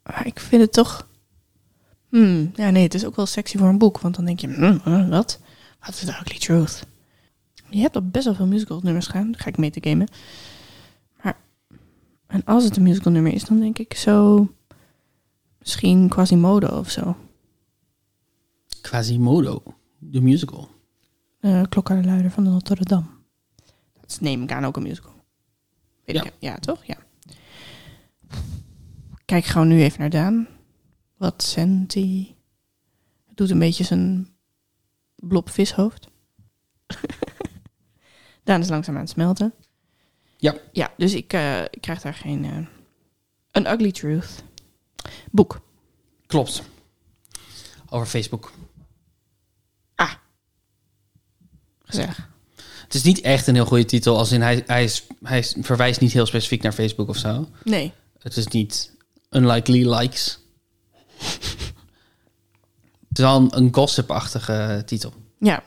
Maar ik vind het toch... Hmm, ja, nee, het is ook wel sexy voor een boek. Want dan denk je, hmm, eh, wat? Wat is de Ugly Truth? Je hebt al best wel veel musical nummers gaan. Daar ga ik mee te gamen. Maar... En als het een musical nummer is, dan denk ik zo... Misschien Quasimodo of zo.
Quasimodo. De musical.
eh Klok aan de Luider van de Notre Dame. Dat is, neem ik aan ook een musical. Weet
Ja.
ik, ja, toch? Ja. Kijk gewoon nu even naar Daan. Wat zendt hij? Het doet een beetje zijn blob vishoofd. Daan is langzaam aan het smelten.
Ja.
Ja, dus ik, eh, ik krijg daar geen... eh, An Ugly Truth. Boek.
Klopt. Over Facebook.
Gezellig.
Het is niet echt een heel goede titel. Als in hij, hij, is, hij is- verwijst niet heel specifiek naar Facebook of zo.
Nee.
Het is niet unlikely likes. Het is wel een, een gossipachtige titel.
Ja.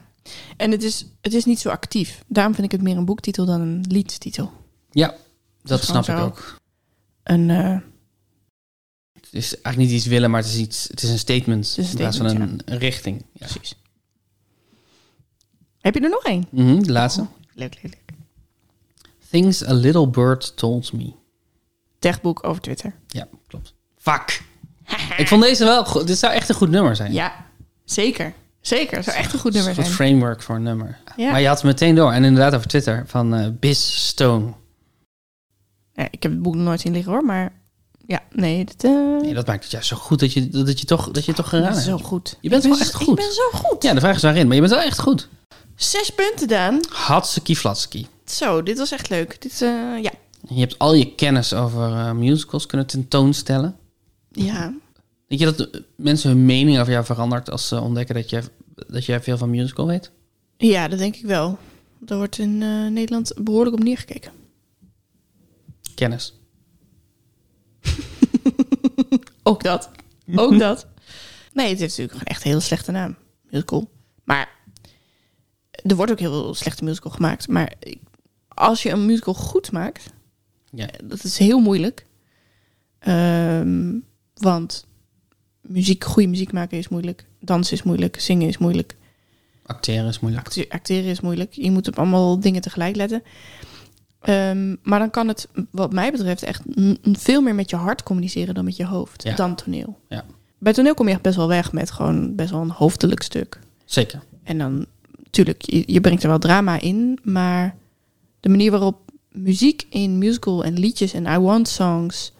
En het is, het is niet zo actief. Daarom vind ik het meer een boektitel dan een liedtitel.
Ja, dat
is
snap ik
gewoon zo.
ook.
Een, eh,
Het is eigenlijk niet iets willen, maar het is, iets, het is een statement.
is een
in plaats van een,
statement,
een richting. Ja.
Precies. Heb je er nog één?
Mhm, de laatste.
Leuk, leuk, leuk.
Things a little bird told me.
Techboek over Twitter.
Ja, klopt. Fuck. ik vond deze wel goed. Dit zou echt een goed nummer zijn.
Ja, zeker. Zeker. Het zou echt een goed nummer
een goed
zijn.
framework voor een nummer.
Ja.
Maar je had het meteen door. En inderdaad over Twitter van eh Biz Stone.
Ja, ik heb het boek nog nooit zien liggen hoor, maar ja, nee. Dit, eh,
Nee, dat maakt het juist zo goed dat je, dat je, toch, dat je toch geraden
zo
hebt.
goed.
Je bent
Ik ben
wel
zo-
echt goed.
Ik ben zo goed.
Ja, de vraag is waarin. Maar je bent wel echt goed.
Zes punten, Daan.
Hatsiki flatski.
Zo, dit was echt leuk. Dit, eh, ja.
Je hebt al je kennis over eh, musicals kunnen tentoonstellen.
Ja.
Denk je dat eh, mensen hun mening over jou verandert als ze ontdekken dat jij, dat jij veel van musical weet?
ja, dat denk ik wel. Daar wordt in eh, Nederland behoorlijk op neergekeken.
Kennis.
Ook dat. Ook dat. Nee, het heeft natuurlijk gewoon echt een hele slechte naam. Musical. Maar er wordt ook heel veel slechte musical gemaakt. Maar ik- als je een musical goed maakt,
Ja.
dat is heel moeilijk. Ehm, want muziek, goede muziek maken is moeilijk. Dansen is moeilijk. Zingen is moeilijk.
Acteren is moeilijk.
acte- acteren is moeilijk. Je moet op allemaal dingen tegelijk letten. Ehm, maar dan kan het, wat mij betreft, echt n- n- veel meer met je hart communiceren dan met je hoofd.
Ja.
Dan toneel.
Ja.
Bij toneel kom je echt best wel weg met gewoon best wel een hoofdelijk stuk.
Zeker.
En dan, natuurlijk, je, je brengt er wel drama in. Maar de manier waarop muziek in musical en liedjes en I Want songs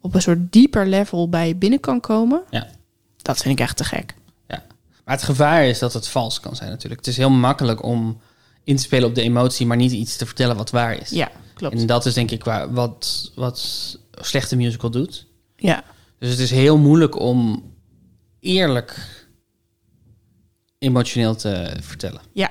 op een soort dieper level bij je binnen kan komen.
Ja.
Dat vind ik echt te gek.
Maar het gevaar is dat het vals kan zijn natuurlijk. Het is heel makkelijk om in te spelen op de emotie, maar niet iets te vertellen wat waar is.
Ja, klopt.
En dat is denk ik waar, wat, wat slechte musical doet.
Ja,
Dus het is heel moeilijk om eerlijk emotioneel te vertellen.
ja.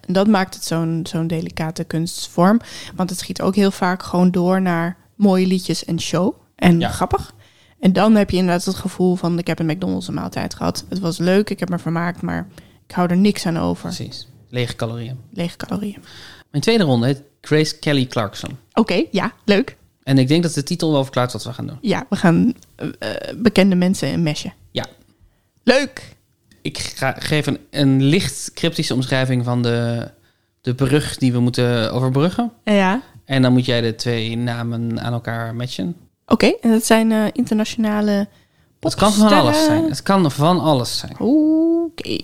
En dat maakt het zo'n zo'n delicate kunstvorm. Want het schiet ook heel vaak gewoon door naar mooie liedjes en show. En
Ja.
grappig. En dan heb je inderdaad het gevoel van... ik heb een McDonald's maaltijd gehad. Het was leuk, ik heb me vermaakt, maar ik hou er niks aan over.
Precies. Lege calorieën.
Lege calorieën.
Mijn tweede ronde heet Grace Kelly Clarkson.
Oké, ja, leuk.
En ik denk dat de titel wel verklaart wat we gaan doen.
Ja, we gaan eh, eh, bekende mensen een mesje.
Ja.
Leuk!
Ik ga, geef een, een licht cryptische omschrijving van de, de brug die we moeten overbruggen.
Ja.
En dan moet jij de twee namen aan elkaar matchen.
Oké, en dat zijn eh, internationale
Het kan van
popsterren.
alles zijn. Het kan van alles zijn.
Oké.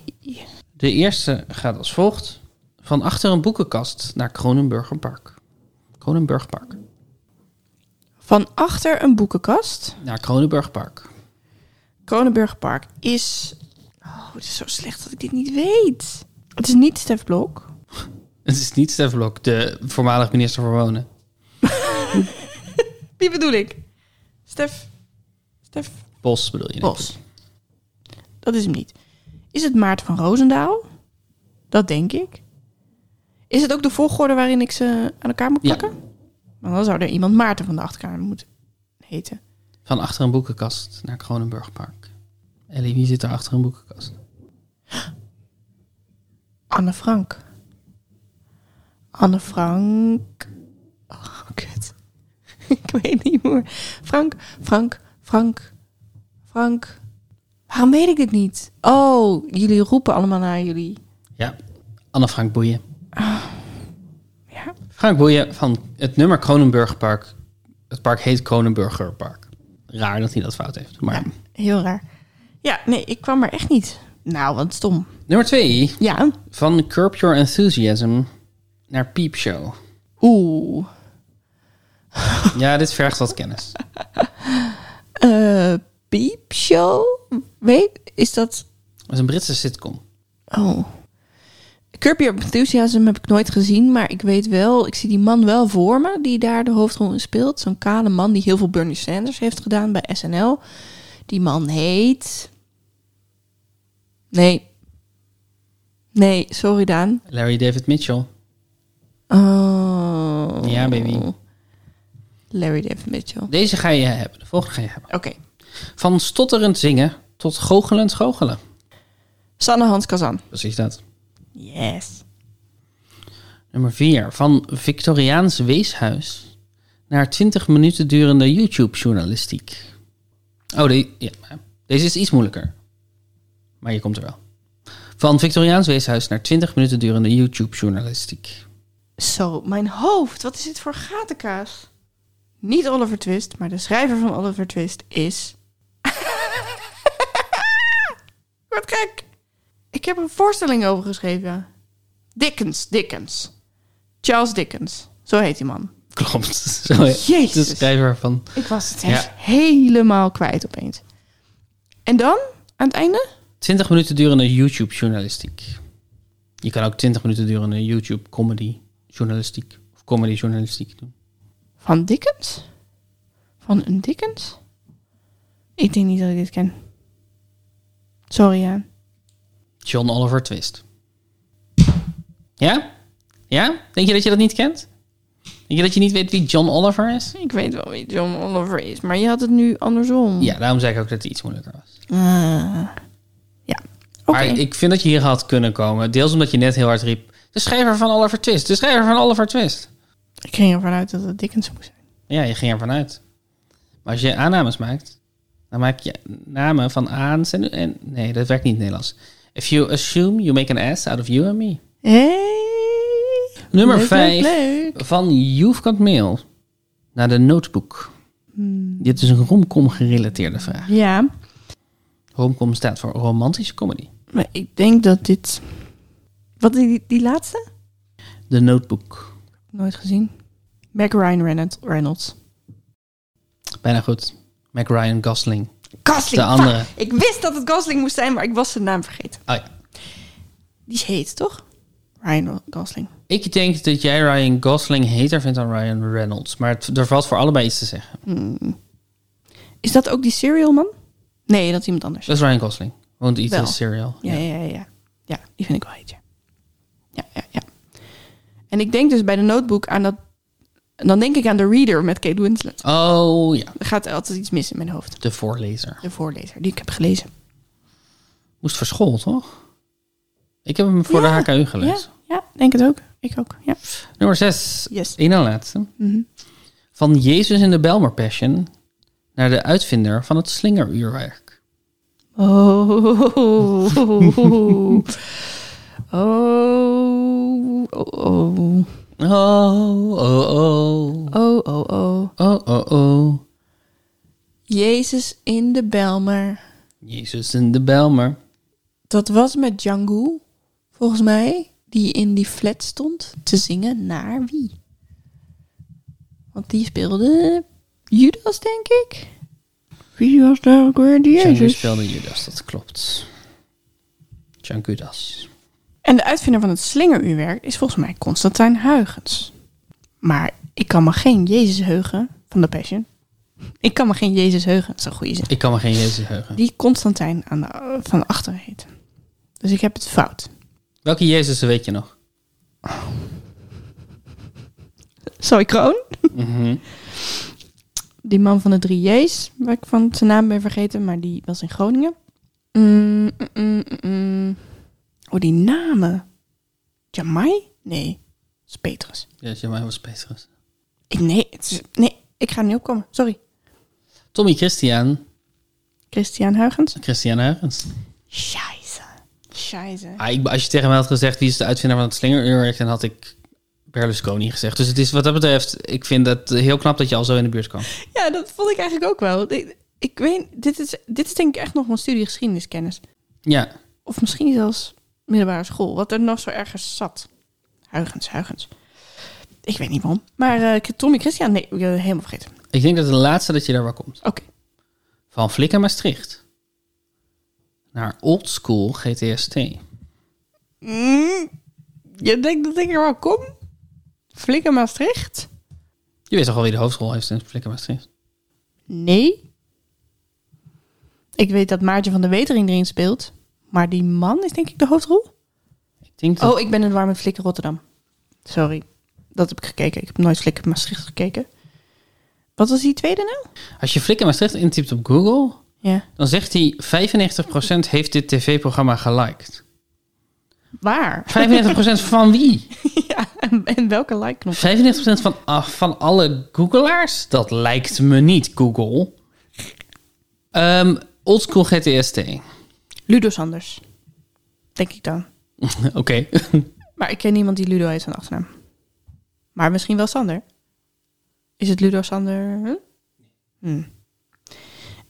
De eerste gaat als volgt. Van achter een boekenkast naar Kronenburger Park. Kronenburg Park.
Van achter een boekenkast.
Naar Kronenburg Park.
Kronenburg Park is... Oh, het is zo slecht dat ik dit niet weet. Het is niet Stef Blok.
Het is niet Stef Blok, de voormalig minister voor Wonen.
Wie bedoel ik? Stef... Stef
Bos bedoel je? denk ik.
Bos. Dat is hem niet. Is het Maarten van Roosendaal? Dat denk ik. Is het ook de volgorde waarin ik ze aan elkaar moet
Ja.
plakken? Want dan zou er iemand Maarten van de Achterkamer moeten heten.
Van achter een boekenkast naar Kronenburg Park. Ellie, wie zit er achter een boekenkast?
Anne Frank. Anne Frank. Oh, kut. ik weet niet meer. Frank, Frank, Frank, Frank. Waarom weet ik dit niet? Oh, jullie roepen allemaal naar jullie.
Ja, Anne Frank Boeien.
Ja.
Frank Boeien van het nummer Kronenburg Park. Het park heet Kronenburger Park. Raar dat hij dat fout heeft. Maar
Heel raar. Ja, nee, ik kwam er echt niet. Nou, wat stom.
nummer twee.
Ja.
Van Curb Your Enthusiasm naar Peep Show.
Oeh.
Ja, dit vergt wat kennis.
Eh piepshow? Weet, is dat...
Dat is een Britse sitcom.
Oh. Curb Your Enthusiasm heb ik nooit gezien, maar ik weet wel, ik zie die man wel voor me die daar de hoofdrol in speelt. Zo'n kale man die heel veel Bernie Sanders heeft gedaan bij SNL. Die man heet. Nee. Nee, sorry Daan.
Larry David Mitchell.
Oh.
Ja, baby.
Larry David Mitchell.
Deze ga je hebben. De volgende ga je hebben.
Oké.
Van stotterend zingen tot goochelend goochelen.
Sanne Hans Kazan.
Precies dat.
Yes.
Nummer 4. Van Victoriaans weeshuis naar 20 minuten durende YouTube-journalistiek. Oh, de- ja, maar deze is iets moeilijker. Maar je komt er wel. Van Victoriaans weeshuis naar 20 minuten durende YouTube-journalistiek.
Zo, mijn hoofd. Wat is dit voor gatenkaas? Niet Oliver Twist, maar de schrijver van Oliver Twist is... Wat gek. Ik heb een voorstelling over geschreven. Dickens, Dickens. Charles Dickens. Zo heet die man.
Klopt. Zo,
Jezus.
De schrijver van...
Ik was het
Ja.
echt helemaal kwijt opeens. En dan, aan het einde?
20 minuten durende YouTube-journalistiek. Je kan ook 20 minuten durende YouTube-comedy-journalistiek of comedy-journalistiek doen.
Van Dickens? Van een Dickens? Ik denk niet dat ik dit ken. Sorry, ja.
John Oliver Twist. Ja? Ja? Denk je dat je dat niet kent? Denk je dat je niet weet wie John Oliver is?
Ik weet wel wie John Oliver is, maar je had het nu andersom.
Ja, daarom zei ik ook dat het iets moeilijker was.
Ah. ja. Oké.
Maar ik vind dat je hier had kunnen komen. Deels omdat je net heel hard riep... De schrijver van Oliver Twist. De schrijver van Oliver Twist.
Ik ging ervan uit dat het Dickens moest zijn.
Ja, je ging ervan uit. Maar als je aannames maakt, dan maak je namen van aans en, en... Nee, dat werkt niet in het Nederlands. If you assume, you make an ass out of you and me.
Hey.
Nummer
Leuk,
vijf.
leuk, leuk.
Van You've Got Mail naar de notebook.
Hmm.
Dit is een romcom gerelateerde vraag.
Ja,
Romcom staat voor romantische comedy.
maar ik denk dat dit... Wat, die, die laatste?
De notebook.
Nooit gezien. Meg Ryan Reynolds. Reynolds.
Bijna goed. Mac Ryan Gosling.
Gosling.
De
fuck.
andere.
Ik wist dat het Gosling moest zijn, maar ik was zijn naam vergeten.
Oh ja.
Die is heet, toch? Ryan Gosling.
Ik denk dat jij Ryan Gosling heter vindt dan Ryan Reynolds. Maar het, er valt voor allebei iets te zeggen.
Is dat ook die serial man? Nee, dat is iemand anders.
Dat is Ryan Gosling. Want iets
Wel.
is serial.
Ja, ja, ja, ja. Ja, die vind ik wel heet, ja. Ja, ja, ja. En ik denk dus bij de notebook aan dat... Dan denk ik aan The Reader met Kate Winslet.
Oh ja,
Er gaat altijd iets mis in mijn hoofd.
de voorlezer.
De voorlezer, die ik heb gelezen.
Moest voor school, toch? Ik heb hem voor
Ja,
de HKU gelezen.
Ja, ja, denk het ook. Ik ook, ja.
Nummer 6.
Yes.
Eén na laatste.
Mhm.
Van Jezus in de Belmer Passion naar de uitvinder van het slingeruurwerk.
Oh. Oh. Oh. Oh.
Oh, oh, oh.
Oh, oh, oh.
Oh, oh, oh.
Jezus in de Belmer.
Jezus in de Belmer.
Dat was met Django, volgens mij, die in die flat stond te zingen naar wie? Want die speelde Judas, denk ik. Wie was daar ook weer die
Django
Jezus?
speelde Judas, dat klopt. Django Das.
En de uitvinder van het slingeruurwerk is volgens mij Constantijn Huygens. Maar ik kan me geen Jezus heugen van de Passion. Ik kan me geen Jezus heugen, dat is een goede zin.
Ik kan me geen Jezus heugen.
Die Constantijn aan de, van achteren heet. Dus ik heb het fout.
Welke Jezus weet je nog?
Zoe Kroon,
Mhm.
die man van de drie J's, waar ik van zijn naam ben vergeten, maar die was in Groningen. Mm, mm, mm, mm, mm. Oh, die namen. Jamai? Nee, dat is Petrus.
Jezus, ja, maar was Petrus.
Ik, nee, het is, nee, ik ga er niet opkomen. Sorry.
Tommy Christian.
Christian Huygens.
Christian Huygens.
Scheisse. Scheisse.
Ah, ik, als je tegen mij had gezegd wie is de uitvinder van het slingeruurwerk, dan had ik Berlusconi gezegd. Dus het is wat dat betreft, ik vind het heel knap dat je al zo in de buurt kwam.
Ja, dat vond ik eigenlijk ook wel. Ik, ik weet, dit is, dit is denk ik echt nog mijn studie geschiedeniskennis.
Ja,
Of misschien zelfs middelbare school. Wat er nog zo ergens zat. Huygens, Huygens. Ik weet niet waarom. Maar eh, Tommy Christian, nee, ik heb het helemaal vergeten.
ik denk dat de laatste dat je daar wel komt.
Oké.
Van Flikker Maastricht naar Old School GTST.
Mm, je denkt dat ik er wel kom? Flikker Maastricht?
Je weet toch al wie de hoofdschool heeft in Flikker Maastricht?
Nee. Ik weet dat Maartje van de Wetering erin speelt. Maar die man is denk ik de hoofdrol.
Ik denk dat...
Oh, ik ben in het warme Flikker Rotterdam. Sorry. Dat heb ik gekeken. Ik heb nooit Flikker Maastricht gekeken. Wat was die tweede nou?
Als je Flikker Maastricht intypt op Google,
Ja.
dan zegt hij 95% heeft dit tv-programma geliked.
Waar?
95% van wie?
ja, en, en welke like-knop?
95% van, ah, van alle Googelaars? Dat lijkt me niet, Google. Ehm Old School GTST.
Ludo Sanders. Denk ik dan.
Oké.
Maar ik ken niemand die Ludo heet van achternaam. Maar misschien wel Sander. Is het Ludo Sander? Hm? Hm.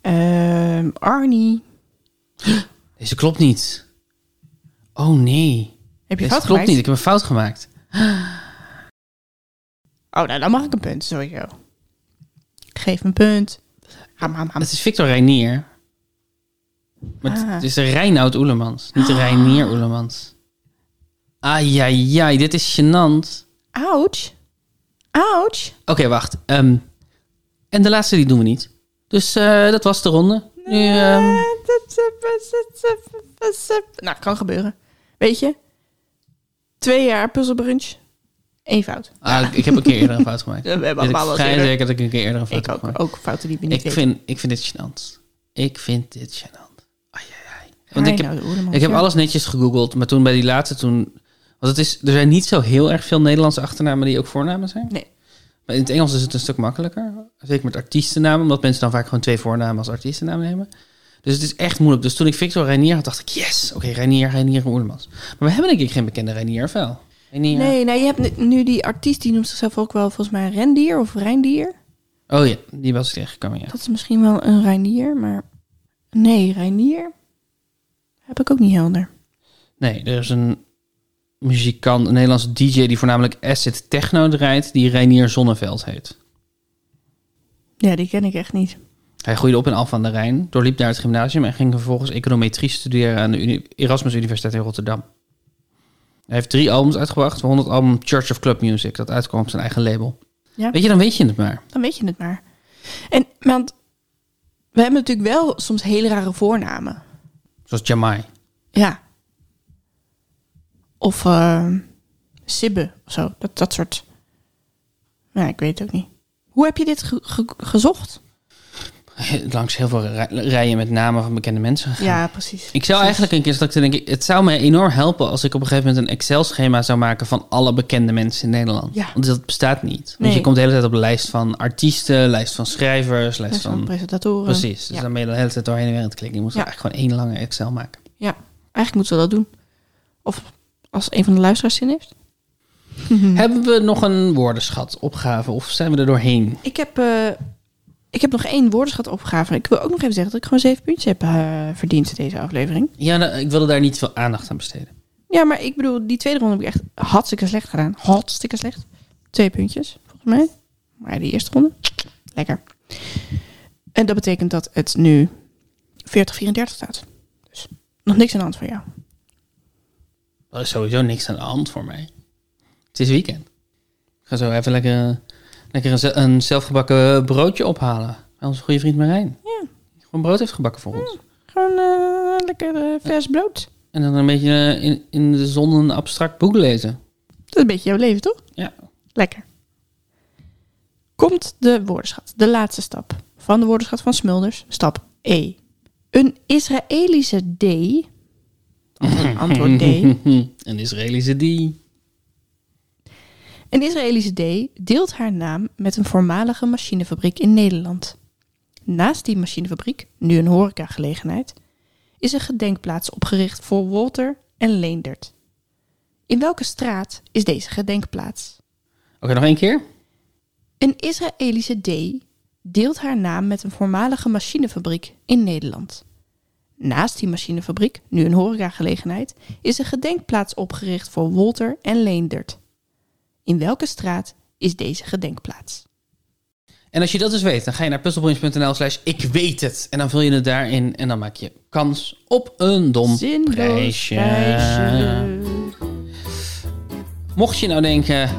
Ehm, Arnie.
Deze klopt niet. Oh nee.
Heb je
Deze
fout
klopt
gemaakt?
niet. Ik heb een fout gemaakt.
Oh, nou, dan mag ik een punt, sowieso. Geef een punt. Ham, ham, ham.
Het is Victor Reinier. Maar het-
Ah.
het is Reinoud Oelemans, niet Reinier Oelemans. Ai, dit is gênant.
Ouch. Ouch.
Oké, wacht. ehm, en de laatste die doen we niet. Dus eh, dat was de ronde. Nu, ehm,
Nou, kan gebeuren. Weet je? Twee jaar puzzelbrunch. Eén fout.
ah, ik heb een keer eerder een fout gemaakt.
We hebben
Weet ik
allemaal wat
vrij
eerder.
zeker dat ik een keer eerder een fout
Ik
heb
ook,
gemaakt.
ook fouten die we niet
Ik
weten.
vind, ik vind dit gênant. Ik vind dit gênant. Ai, ai, ai. Want
Maar
ik heb,
nou, Oerlemans,
ik heb
ja.
alles netjes gegoogeld, maar toen bij die laatste toen... Want het is, er zijn niet zo heel erg veel Nederlandse achternamen die ook voornamen zijn.
Nee.
Maar in het Engels is het een stuk makkelijker. Zeker met artiestennamen, omdat mensen dan vaak gewoon twee voornamen als artiestennaam nemen. Dus het is echt moeilijk. Dus toen ik Victor Reinier had, dacht ik, yes, oké, Reinier, Reinier en Oerlemans. Maar we hebben denk ik geen bekende Reinier of wel? Reinier.
Nee, nee, je hebt nu- nu die artiest, die noemt zichzelf ook wel volgens mij rendier of reindier.
Oh ja, die was ik tegengekomen, ja.
Dat is misschien wel een reinier, maar... Nee, reinier heb ik ook niet helder.
Nee, er is een muzikant, een Nederlandse DJ die voornamelijk acid techno draait, die Reinier Zonneveld heet.
Ja, die ken ik echt niet.
Hij groeide op in Alphen aan de Rijn, doorliep daar het gymnasium en ging vervolgens econometrie studeren aan de uni- Erasmus Universiteit in Rotterdam. Hij heeft drie albums uitgebracht, 100 album Church of Club Music, dat uitkwam op zijn eigen label.
Ja.
Weet je, dan weet je het maar.
Dan weet je het maar. En, want we hebben natuurlijk wel soms hele rare voornamen.
Zoals Jamai.
Ja. Of eh, Sibbe of zo. Dat, dat soort. Ja, ik weet het ook niet. Hoe heb je dit ge- ge- gezocht?
He- Langs heel veel rij- rijen met namen van bekende mensen.
Ja, precies.
Ik zou eigenlijk een keer dat ik denk, ik- het zou mij enorm helpen als ik op een gegeven moment een Excel-schema zou maken van alle bekende mensen in Nederland.
Ja.
Want dat bestaat niet. Want
Nee.
je komt de hele tijd op een lijst van artiesten, lijst van schrijvers, lijst
Best wel
van...
presentatoren.
Precies, dus
Ja.
dan ben je de hele tijd doorheen en weer aan het klikken. Je moet
Ja.
eigenlijk gewoon één lange Excel maken.
ja, eigenlijk moeten we dat doen. Of als een van de luisteraars zin heeft. Mhm.
Hebben we nog een woordenschat opgave of zijn we er doorheen?
Ik heb, eh, ik heb nog één woordenschat opgegraven. Ik wil ook nog even zeggen dat ik gewoon zeven puntjes heb eh, verdiend in deze aflevering.
Ja, nou, ik wilde daar niet veel aandacht aan besteden.
Ja, maar ik bedoel, die tweede ronde heb ik echt hartstikke slecht gedaan. Hartstikke slecht. Twee puntjes, volgens mij. Maar die eerste ronde, lekker. En dat betekent dat het nu 40-34 staat. Dus nog niks aan de hand van jou.
Er is sowieso niks aan de hand voor mij. Het is weekend. Ik ga zo even lekker, lekker een, ze- een zelfgebakken broodje ophalen. Bij onze goede vriend Marijn.
Ja.
Die Gewoon brood heeft gebakken voor ons.
Gewoon eh, lekker eh, vers brood.
En dan een beetje eh, in, in de zon een abstract boek lezen.
Dat is een beetje jouw leven, toch?
Ja.
Lekker. Komt de woordenschat, de laatste stap van de woordenschat van Smulders, stap E. Een Israëlische D, antwoord D,
een Israëlische die.
een Israëlische D deelt haar naam met een voormalige machinefabriek in Nederland. Naast die machinefabriek, nu een horecagelegenheid, is een gedenkplaats opgericht voor Walter en Leendert. In welke straat is deze gedenkplaats?
Oké, nog één keer.
Een Israëlische D deelt haar naam met een voormalige machinefabriek in Nederland. Naast die machinefabriek, nu een horecagelegenheid, is een gedenkplaats opgericht voor Wolter en Leendert. In welke straat is deze gedenkplaats?
En als je dat dus weet, dan ga je naar puzzelbrunch.nl slash ik weet het. En dan vul je het daarin en dan maak je kans op een dom
Zinloos
prijsje.
prijsje.
Mocht je nou denken,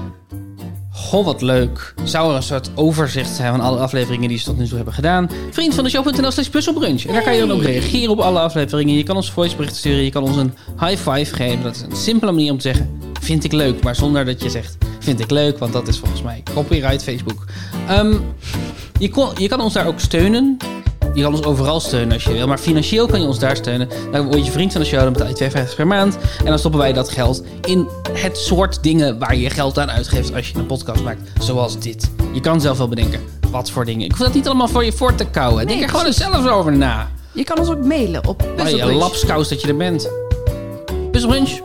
goh wat leuk. Zou er een soort overzicht zijn van alle afleveringen die ze tot nu toe hebben gedaan? Vriend van de show.nl slash puzzelbrunch. En daar kan je dan ook reageren op alle afleveringen. Je kan ons voicebericht sturen, je kan ons een high five geven. Dat is een simpele manier om te zeggen, vind ik leuk. Maar zonder dat je zegt, vind ik leuk. Want dat is volgens mij copyright Facebook. Ehm, je, kon- je kan ons daar ook steunen. Je kan ons overal steunen als je wil. Maar financieel kan je ons daar steunen. Dan word je vriend van de show. Dan betaal je 2,50 per maand. En dan stoppen wij dat geld in het soort dingen waar je geld aan uitgeeft als je een podcast maakt. Zoals dit. Je kan zelf wel bedenken wat voor dingen. Ik hoef dat niet allemaal voor je voor te kouwen. Denk er gewoon zelf over na.
Je kan ons ook mailen op
Bij je lapskous dat je er bent. Puzzelbrunch.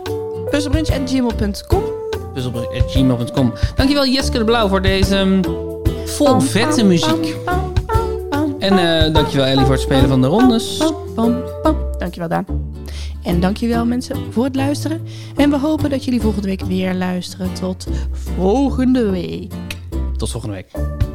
puzzelbrunch.gmail.com
Puzzelbrunch.gmail.com Dankjewel Jeske de Blauw voor deze mm, vol vette muziek. En eh, dankjewel Ellie voor het spelen van de rondes.
Pam, pam. Dankjewel Daan. En dankjewel mensen voor het luisteren. En we hopen dat jullie volgende week weer luisteren. Tot volgende week.
Tot volgende week.